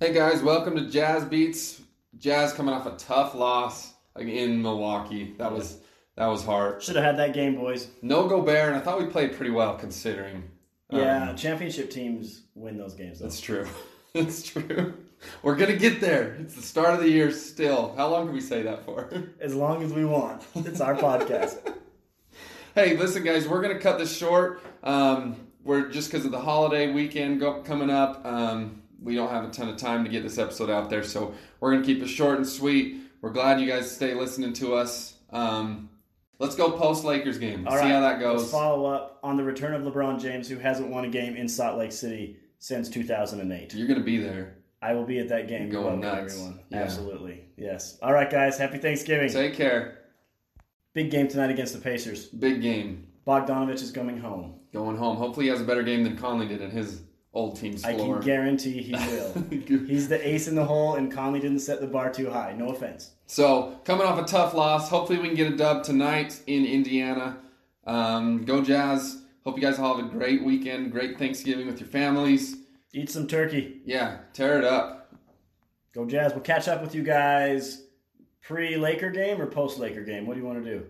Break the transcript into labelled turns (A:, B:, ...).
A: Hey guys, welcome to Jazz Beats. Jazz coming off a tough loss in Milwaukee. That was that was hard.
B: Should have had that game, boys.
A: No Gobert, and I thought we played pretty well considering. Um,
B: Yeah, championship teams win those games. Though.
A: that's true. that's true. We're gonna get there. It's the start of the year still. How long can we say that for?
B: As long as we want, it's our podcast.
A: hey, listen, guys, we're gonna cut this short. Um, we're just because of the holiday weekend go- coming up. Um, we don't have a ton of time to get this episode out there, so we're gonna keep it short and sweet. We're glad you guys stay listening to us. Um, let's go post Lakers game.
B: All
A: See
B: right,
A: how that goes.
B: Let's follow up on the return of LeBron James, who hasn't won a game in Salt Lake City since 2008.
A: You're gonna be there.
B: I will be at that game.
A: You're going
B: Welcome,
A: nuts.
B: everyone.
A: Yeah.
B: Absolutely, yes. All right, guys. Happy Thanksgiving.
A: Take care.
B: Big game tonight against the Pacers.
A: Big game.
B: Bogdanovich is coming home.
A: Going home. Hopefully, he has a better game than Conley did in his old team's
B: I
A: floor.
B: can guarantee he will. He's the ace in the hole, and Conley didn't set the bar too high. No offense.
A: So coming off a tough loss, hopefully we can get a dub tonight in Indiana. Um, go Jazz! Hope you guys all have a great weekend, great Thanksgiving with your families.
B: Eat some turkey.
A: Yeah, tear it up.
B: Go Jazz. We'll catch up with you guys pre Laker game or post Laker game. What do you want to do?